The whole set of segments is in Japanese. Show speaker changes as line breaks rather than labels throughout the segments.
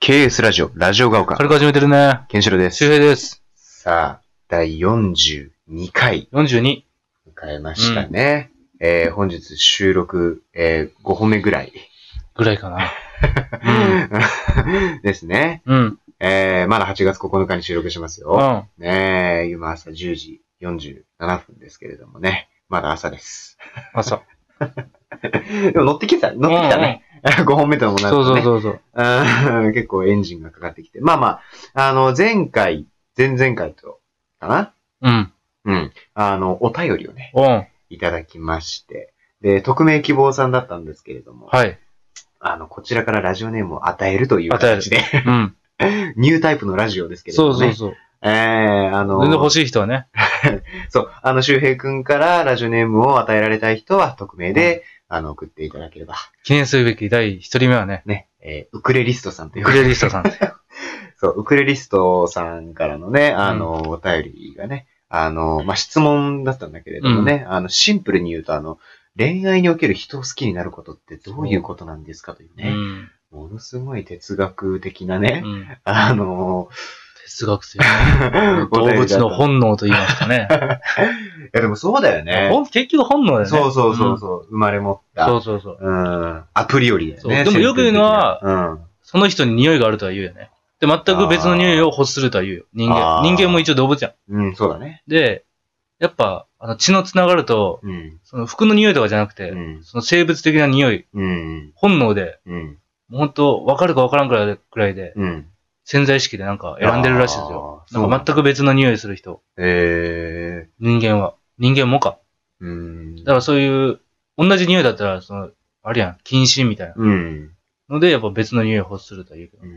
KS ラジオ、ラジオが丘、
軽く始めてるね。
ケンシロウです。
周平です。
さあ、第42回
42。
迎えましたね。えー本日収録、え5本目ぐらい、
ぐらいかな。
ですね。
うん。うん。
えーまだ8月9日に収録します
う
よ。
ん。
ねえ、今朝10時47分ですけれどもね。まだ朝です。
朝。
でも乗ってきてた、乗ってきたね。5本目とも
うん。
な
そうそう
う。
そうそう。
うん結構エンジンがかかってきて。まあまあ、あの、前回、前々回と、かな
うん。
うん。あの、お便りをね、
うん。
いただきまして。で、匿名希望さんだったんですけれども、
はい。
あの、こちらからラジオネームを与えるという形で、
うん。
ニュータイプのラジオですけれども、
そう
ね。
そうそう。
ええあの、
全然欲しい人はね。
そう、あの、周平くんからラジオネームを与えられたい人は、匿名で、あの、送っていただければ、
記念すべき第1人目はね、
ね、えーウクレリストさんという
クレリス タさんです。
そう、ウクレリストさんからのね、あの、お便りがね、あの、まあ、質問だったんだけれどもね、あの、シンプルに言うと、あの、恋愛における人を好きになることってどういうことなんですかという
う
ね、
ん。
ものすごい哲学的な
う
ね、
ん。
あの、
哲 学というか 動物の
い
本能と言いますかね。
や、でもそうだよ ね。
ほん結局本能だよね。
そうそうそうそう、生まれ持った。
そううそうそう。
ん、アプリよりだよね。
そうでもよく言うの
先天
は
的な、うん。
その人に匂いがあるとは言うよね。で、全く別の匂いを欲するとは言うよ。人
あ
間。
ー
人間も一応動物じゃん。
うん、そうだね。
で、やっぱ、あの血のつながると、
うん。
その服の匂いとかじゃなくて、
うん。
その生物的な匂い、
うん。
本能で、
うん。
もう本当分かるか分からんくらいくらいで、
うん。
潜在意識でなんか選んでるらしいですよ。
よ
なんか全く別の匂いする人、
え
人間は。人間もか。
ー、うん。
だからそういう、同じ匂いだったら、その、あるやん、禁止みたいな。
うん。
ので、やっぱ別の匂いを欲するとは言うけど
う。ん。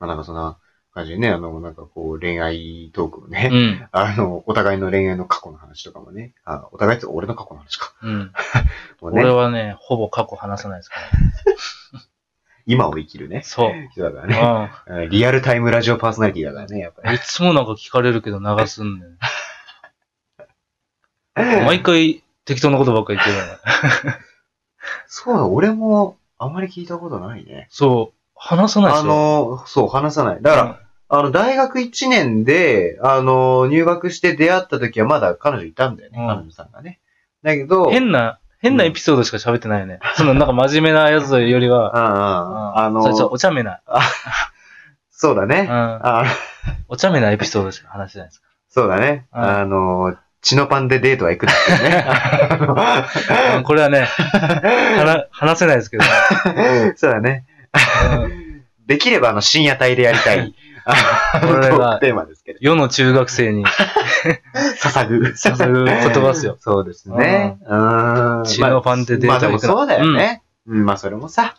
まあなんかそんな感じでね、あの、なんかこう恋愛トークをね、
うん。
あの、お互いの恋愛の過去の話とかもね、あお互いって俺の過去の話か。
うん。
もう
俺
ね、
はね、ほぼ過去話さないで すから。
今を生きるね、
そう。
人だからね、
う
うんリアルタイムラジオパーソナリティだからね、やっぱり。
ん。いつもなんか聞かれるけど流すんだよね。毎回適当なことばっかり言ってるよね。
そうだ、俺もあまり聞いたことないね。
そう。話さないで
あ
すよ。
の、そう、話さない。だから、あの、大学1年で、あの、入学して出会った時はまだ彼女いたんだよね、
うん
彼女さんがね。だけど、
変な、変なエピソードしか喋ってないよね。そのなんか真面目なやつよりは、
あ あ、あの、
そうそうお茶目 な、
そうだ
う
ね。
ん、
あ
お茶目なエピソードしか話してないですか
そうだね。
うん
あの、血のパンでデートは行くんですよね
ら。うんこれはね、 はな話せないですけど、
あの。そうだね。
うん
できればあの深夜帯でやりた い。あの
これが
トークテーマですけど。
世の中学生に
捧ぐ。
捧ぐ言葉っすよ。
そうですね。うん。
血のパンでデート
まあまあでも
行くの
そうだよね。うん、まあそれも さ。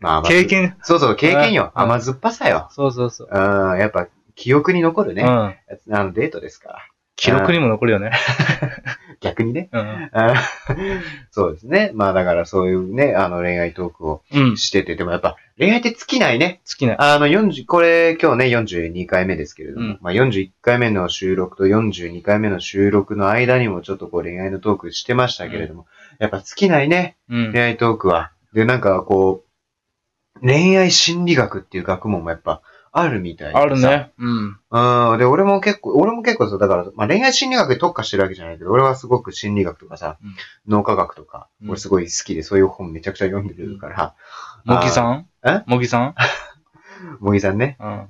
まあまあ
経。験、
そうそう、経験よ。
うん
甘酸っぱさよ。
そうそうそう。
うん、やっぱ記憶に残る
う
ね。
ん。
あの、デートですから。
記録にも残るよね。
逆にね。
うん。
うん そうですね。まあだからそういうね、あの恋愛トークを
うん。好
してて、でもやっぱ恋愛って尽きないね。
きな。
あの、40、これ今日ね、42回目ですけれども、
うん
まあ41回目の収録と42回目の収録の間にもちょっとこう恋愛のトークしてましたけれども、やっぱ尽きないね、
うん
恋。愛トークは。で、なんかこう、恋愛心理学っていう学問もやっぱあるみたいでさ
ある。ね。うん。
うん。で、俺も結構、俺も結構そう、だから、まあ、恋愛心理学に特化してるわけじゃないけど、俺はすごく心理学とかさ、
うん
脳科学とか、
うん
俺すごい好きで、そういう本めちゃくちゃ読んでるから、
茂木さん
え
茂木さん
茂木さんね。
うん。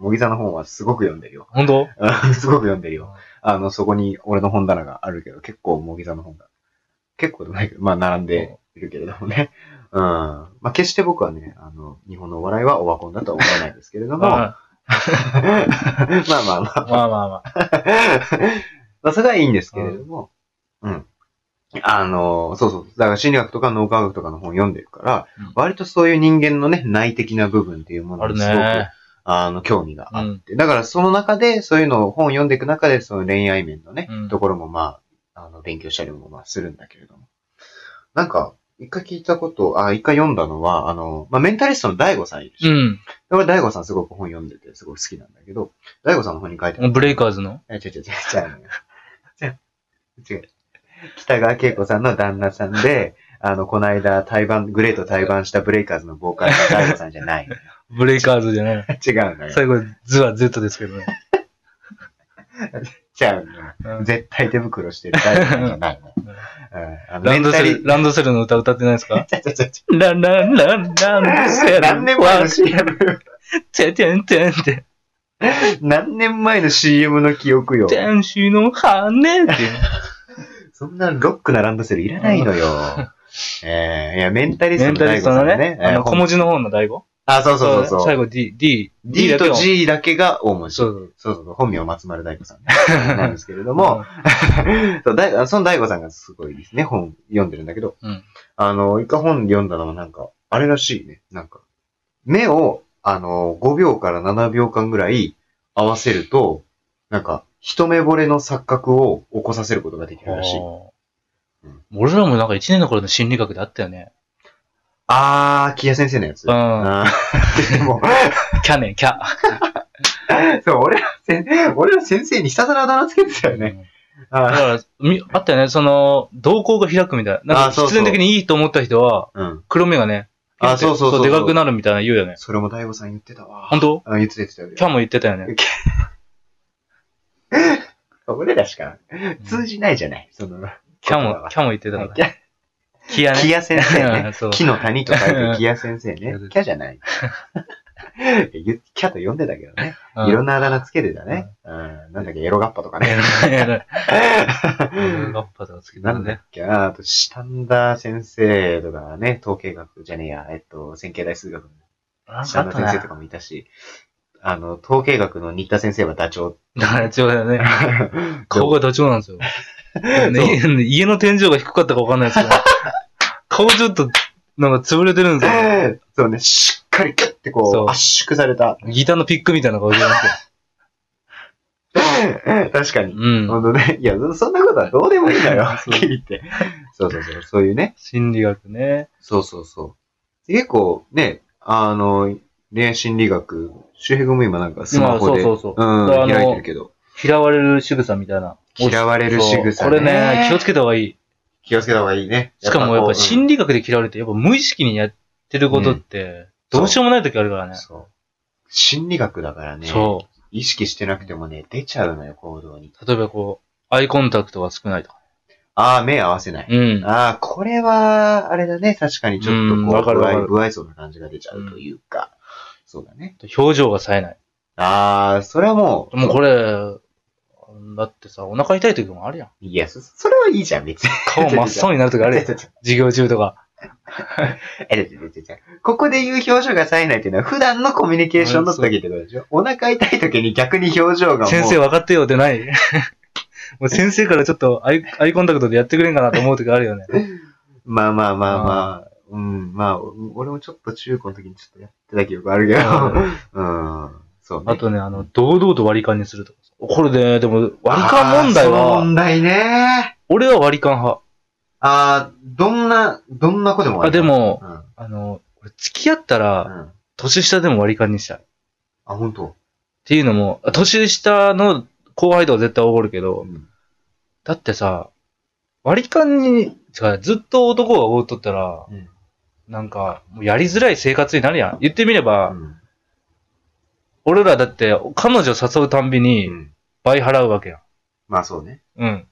茂木さんの本はすごく読んでるよ。
本当
すごく読んでるよ。あの、そこに俺の本棚があるけど、結構茂木さんの本が。結構でもないけど、まあ、並んでいるけれどもね。うん。まあ、決して僕はね、あの、日本のお笑いはオワコンだとは思わないですけれど
うん
も、 まあま
ま
あま
あ
あ、
まあまあ。
まあ、それはいいんですけれども、うん。あの、そうそう。だから心理学とか脳科学とかの本読んでるから、
うん
割とそういう人間のね、内的な部分っていうも
あ
の
る
にすごく
ね。
あの、興味があって。だから、その中で、そういうのを本読んでいく中で、その恋愛面のね、
うん
ところもまあ、あの、勉強したりもまあするんだけれども。なんか、一回聞いたこと、あ、一回読んだのは、あの、まあ、メンタリストの大悟さんいるし、
う
で
ん。
俺大悟さんすごく本読んでて、すごい好きなんだけど、大悟さんの本に書いてある。
ブレイカーズの
え、違う違う違う違う。違う。違う。北川景子さんの旦那さんで、あの、この間、対バン、グレート対バンしたブレイカーズのボーカルが大悟さんじゃ ない。
ブレイカーズじゃない。
違うんだよ。
最後、図は Z ですけどね。
違うんだよ。
うん
絶対手袋してる大悟さんじゃない の。うんあの
ラ
メ
ン
ン
ド
タ
セ
リ
ル、ランドセルの歌歌ってないですか
ちょちょちょち
ランランランランドセ
ょ
ル。
何年前の CM?
てんてんてんてん。
何年前の CM の記憶よ。
天使の羽っていう。
そんなロックなランドセルいらないのよ。 ええいや、メンタリスト
メン
の
タ
大
リス
悟
ト
さ
の
ん
ね、
え
あ
ー
の小文字の方の醍醐
あ、そうそうそうそ
最
う。
後 D、D、
D と
だけを
G だけが大文字。
そう
そうそうそう、本名は松丸大悟さん なんですけれども、 そう大悟その大悟さんがすごいですね、本読んでるんだけど、
うん
あの、一回本読んだのはなんか、あれらしいね、なんか、目を、あの、5秒から7秒間ぐらい合わせると、なんか、一目惚れの錯覚を起こさせることができ
そう
るらしい。
あー俺らもなんか1年の頃の心理学であったよね。
あー、木屋先生のやつ。
うん
あーでも、
キャね、キャ。
そう、俺ら先、俺ら先生にひたすらあだ名つけてたよね。
だ
あ
から、みあったよね、その、瞳孔が開くみたいな。なん
あ
か
そう
必
そう
然的にいいと思った人は、
ーうん。
黒目がね、
あそうそうそうそう
でかくなるみたいな言うよね。
それも大悟さん言ってたわ。
本当
あ言ってた言ってたよ。
キャも言ってたよね。
俺らしか通じないじゃない。その、
キャ
言葉
も
は、
キャも言ってたか
キ
ら。キヤね。
木屋先生
う
ね
んそう。
木の谷と書いて木屋先生ね
う。ん
キャじゃ ない。ゆキャと呼んでたけどね。
うん
いろんなあだ名つけてたね。うんなんだっけ、エロガッパとかね。
ラッパとかつけて
な
た
んだっ
ね。
けな、あと、シタンダ先生とかね、統計学じゃねえや、えっと、線形代数学の
なん
シタ
かあ
ン
っ
ダ
た
先生と
な。
かもいたし、あの、統計学の新田先生はダチョウ。
だから、そうだよね。 顔がダチョウなんですよ。
そう
ね、家の天井が低かったかわかん ないですけど、顔ちょっと、なんか潰れてるんですよ。
そうね、しっかりキュッて
そ
こ
う
う、圧縮され た。
ギターのピックみたいな顔してますよ。
確かに。
うん。
本当ね。いや、そんなことはどうでもいいんだよ、はっ
そう
きり言って。そうそうそう、そういうね。
心理学ね。
そうそうそう。結構ね、あの、恋愛心理学、周平君も今なんかスマホで、
今そうそうそ
ん、
あの
開いてるけど、
嫌われる仕草みたいな。
嫌われる仕草
そうこれね、気をつけた方がいい。
気をつけた方がいいね。
しかもやっぱ心
理
理学で嫌われて、やっぱ無意識にやってることって、どうしようもない時あるからね。
そう。心理学だからね、
そ
意識してなくてもね、出ちゃうのよ、行動に。
う。例えばこう、アイコンタクトが少ないとか。
ああ、目合わせない。
うん。
ああ、これは、あれだね、確かにちょっとこう、
うんわかる
不
わか
愛
る
不愛想な感じが出ちゃうというか、そうだね。
表情が冴えない。
ああ、それはもう、
もうこれ、だってさ、お腹痛い時もあるやん。
いや、そそれはいいじゃん、別に。
顔真っ青になる時ある やん。授業中とか。
え、ちょちょちょちょここで言う表情が冴えないっていうのは普段のコミュニケーションの時ってことでしょお腹痛い時に逆に表情がもう。
先生分かってよってない もう先生からちょっとアイアイコンタクトでやってくれんかなと思う時あるよね。
まあまあまあまあ。うん、まあ、俺もちょっと中高の時にちょっとやってた記憶あるけど。うん。そうね。
あとね、あの、堂々と割り勘にするとか。これね、でも、割り勘問題
あーその
は、
問題ね。
俺は割り勘
あ
派。
あ、どんな、どんな子でも
あ、で
る。
も、
うん。うん。
あの、俺付き合ったら、
あ、
年下でも割り勘にしたい。っ
本当。
ていうのも、あ年下の後輩とは絶対おごるけ
う
ど、
ん。
だってさ、割り勘に、違うずっと男がおごっとったら、
うん
なんか、もうやりづらい生活になるやん。言ってみれば、
うん
俺らだって、彼女誘うたんびに
う、ん。
倍払うわけや
まあそうね。
ん。うん。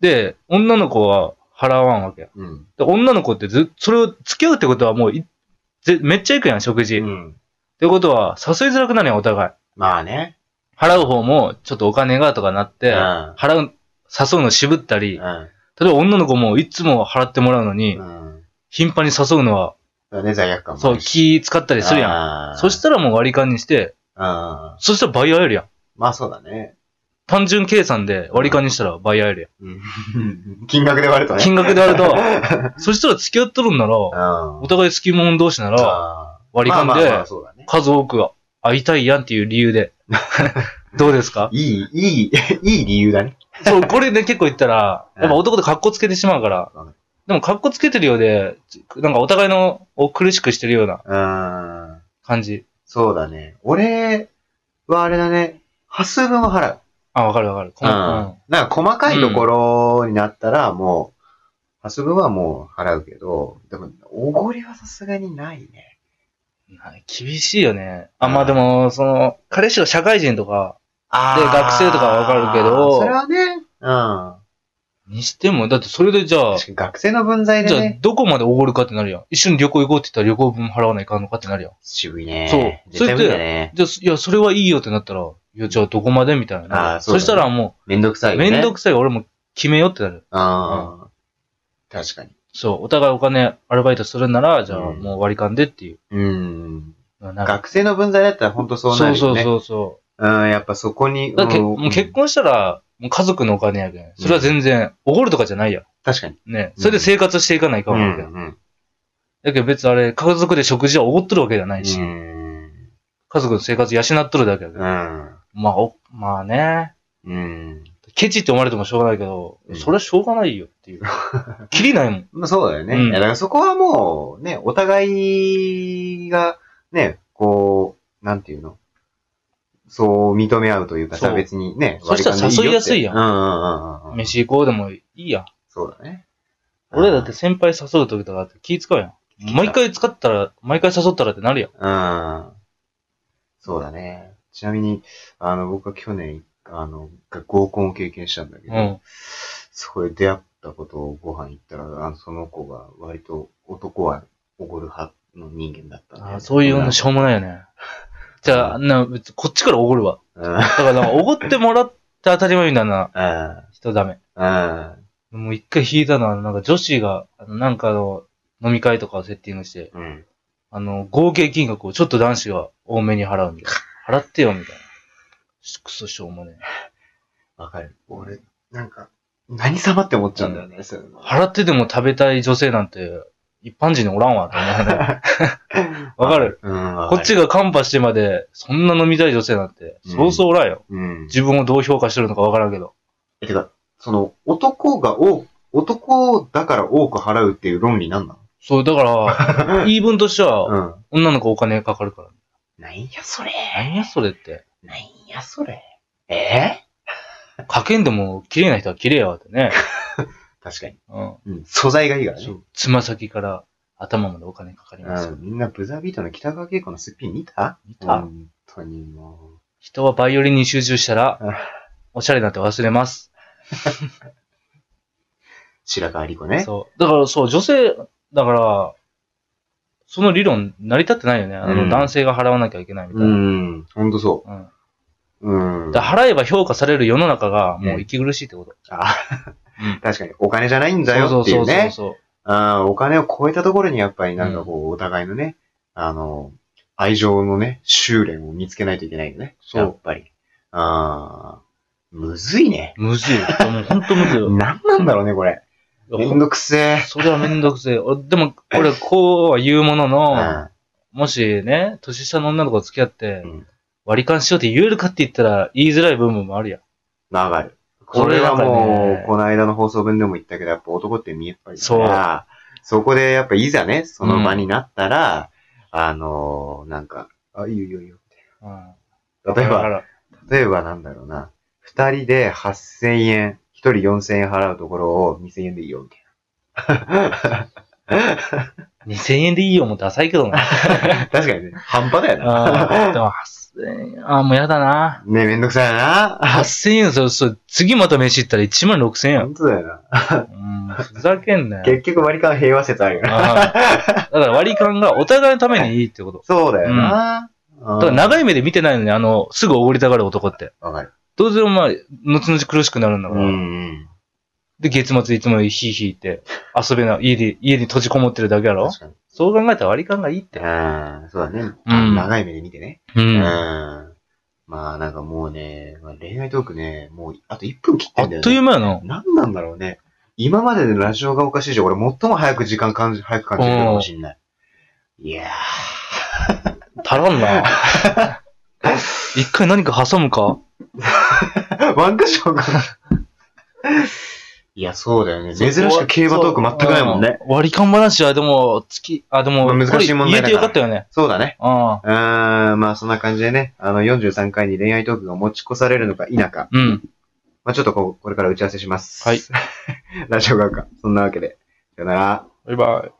で、女の子は払わんわけやん。
うん。
で、女の子ってず、それを付き合うってことはもうい、ぜめっちゃ行くやん、食事。
う
っ
ん。
てことは、誘いづらくなるやん、お互い。
まあね。
払う方も、ちょっとお金がとかなって、
うん
払う、誘うの渋った
うん。
り、例えば女の子もいつも払ってもらうのに、
うん。
頻繁に誘うのは、
だね、罪悪感もあ
そう、
るし。
気使ったりするやん。
や
そしたらもう割り勘にして、
ああ、
そしたら倍合えるやん。
まあそうだね。
単純計算で割り勘にしたら倍合える
うん。金額で割ると
やん。
ね。
金額であると、 そしたら付き合っとるんなら、
う
お
ん。
互い好き者同士なら、
あー
割り
まあ
勘
まあま
で
あ、そうだね。
数多く会いたいやんっていう理 由で。どうですか
いい、いい、いい理由だね。
そう、これね、結構言ったら、
うん
やっぱ男で格好つけてしまうから
うん、
でも格好つけてるようで、なんかお互いのを苦しくしてるような
うん。
感じ。
そうだね。俺はあれだね。端数分は払う。
あ、わかるわかる。こ
うん。なんか細かいところになったら、もう、ハス分はもう払うけど、でも、おごりはさすがにないね。
はい厳しいよね。あ、まあでも、その、彼氏が社会人とか、
あ
で学生とかはわかるけど
それはね、う
にしても、だってそれでじゃあ
ん。、確かに学生の分際
じ
で
ゃあ
ね、
どこまでおごるかってなるやん。一緒に旅行行こうって言ったら旅行分払わないかんのかってなるやん。
渋いね。
そう
絶対無理だ
そ
ね。
じゃあ、いや、それはいいよってなったら、いや、じゃあどこまでみたい
あ
な。
ーそうだね
したらも、
めんどくさいうよね。
めんど
く
くさい俺も決めようってなる。
ああ。確かに。
そう、お互いお金、アルバイトするなら、じゃあ
うん
もう割り勘でっていう。
うん。
なんか
学生の分際だったら本当そうなる
そ
よ
う
ね。
そうそ
うん、やっぱそこに。
う。だけ
うん
もう結婚したら、もう家族のお金やけん。それは全然、おごるとかじゃないやん。
確かに。
ね。それで生活していかないか
う
も
ん。
やけん。だけど別にあれ、家族で食事はおごっとるわけじゃないし、
うん
家族の生活養っとるだけやけど。
うん。
まあ、お、まあね。
うん。
ケチって思われてもしょうがないけど、
うん
それはしょうがないよっ ていう。きりないもん。
まあそうだよね。
うん
いやだからそこはもう、ね、お互いが、ね、こう、なんていうのそう認め合うというかさ、
そう
別にね、
そしたら
割り勘でよって
誘いやすいやん
うんうんうんうんうん。
飯行こうでもいいやん。
そうだね。
俺だって先輩誘う時とかって気使うやん。毎回使ったら、毎回誘ったらってなるやん。
うん。うん。そうだね。ちなみに、あの、僕は去年、あの、が合コンを経験したんだけど、
うん
そこで出会ったことをご飯行ったら、あのその子が割と男はおごる派の人間だったんだよね、
あーそういうのしょうもないよね。じゃあ、な、別にこっちからおごるわ。
うん。
だからなんか、おごってもらって当たり前みたいな
うん。
人ダメ。
うん。
もう一回引いたのは、なんか女子が、あのなんかの、飲み会とかをセッティングして、
うん。
あの、合計金額をちょっと男子が多めに払うんで、払ってよ、みたいな。しくそしょうもね
わかる。俺、なんか、何様って思っちゃうんだよね、そういうの
え。払ってでも食べたい女性なんて、一般人におらんわ、と思うね。わかる。
うん、わか
こ
る。
っちがカンパしてまで、そんな飲みたい女性なんて、
うん
そうそうおらんよ。
うん。
自分をどう評価してるのかわからんけど。
え、てか、その、男が多く、男だから多く払うっていう論理なんな
そう、だから、言い分としては、
のうん。
女の子お金かかるから。
なんやそれ。
何やそれって。
なんやそれ。え
かけんでも、綺麗な人は綺麗やわってね。
確かに。
うん。
うん。素材がいいからね。
そうつま先から頭までお金かかりますよ。
ん。みんなブザービートの北川景子のすっぴん見た
見た
本当にも
人はバイオリンに集中したら
うん、
おしゃれなんて忘れます。
う、白川莉子ね。
そう。だからそう、女性、だから、その理論成り立ってないよね。あ
う
の、
ん
男性が払わなきゃいけないみたいな。うん。
ん。ほんとそ
だか
う。うん。
ら払えば評価される世の中がもう息苦しいってこと。
あ
うん
確かに、お金じゃないんだ
そ
よ
う
ってい
そううそう
ね。
そう。
あーお金を超えたところにやっぱりなんかこう、お互いのね、あの、愛情のね、修練を見つけないといけないよね。
そう
やっぱり。ああ、むずいね。
むずい。もうほんとむずいよ。
なんなんだろうね、これ。
い
め
や
んどくせえ。
それはめんどくせえ。おでも、俺、こうは言うもの
う
の、
ん。
もしね、年下の女の子と付き合って
うん、
割り勘しようって言えるかって言ったら、言いづらい部分もあるやん。
わかる。こ
これ
れは
なんか
も
ね
う、この間の放送分でも言ったけど、やっぱ男って見えっぱりだから、そこでやっぱいざね、その場になったら、あのーなんか、あ、いいよいいよいいよ。
うん
例えば
だか、ら
例えばなんだろうな。二人で8000円、一人4000円払うところを2000円でいいよ、みたいな。
2000円でいいよもダサいけどな。
確かにね、半端だよな。
あーでも8000円。あーもうやだな。
ねめんどくさいな。
8000円、そうそう。次また飯行ったら1万6000円やん。
本当だよな。
うん、ふざけんなよ。
結局割り勘平和説あるよな。
あーだから割り勘がお互いのためにいいってこと。
そうだよな。うん
だから長い目で見てないのに、あの、すぐおごりたがる男って。
わかる。
どうせお前、後々苦しくなるんだか
う
ら。
ん。
で、月末いつもヒーヒーって、遊べない、家で、家に閉じこもってるだけやろ
確かに。
そう考えたら割り勘がいいって。
うんそうだね。
うん
長い目で見てね。
う。
うん
あ
まあなんかもうね、まあ恋愛トークね、もうあと1分切ってんだよね。
っという間やな。
なんなんだろうね。今までのラジオがおかしいじゃん。俺最も早く時間感じ、早く感じてるかもしんない。いや
足らん な。一回何か挟むか
ー。 ワンクッションかな。いや、そうだよね。珍しく競馬トーク全くないもんね。
うん割り勘話はでも、月、あ、でも、
まあ難しい問題だから
これ言えてよかったよね。
そうだね。
うん。
うーん、まあそんな感じでね、あの43回に恋愛トークが持ち越されるのか否か、
うん。
まあちょっとこうこれから打ち合わせします。
はい。
ラジオがか。そんなわけで、
さよなら。
バイバイ。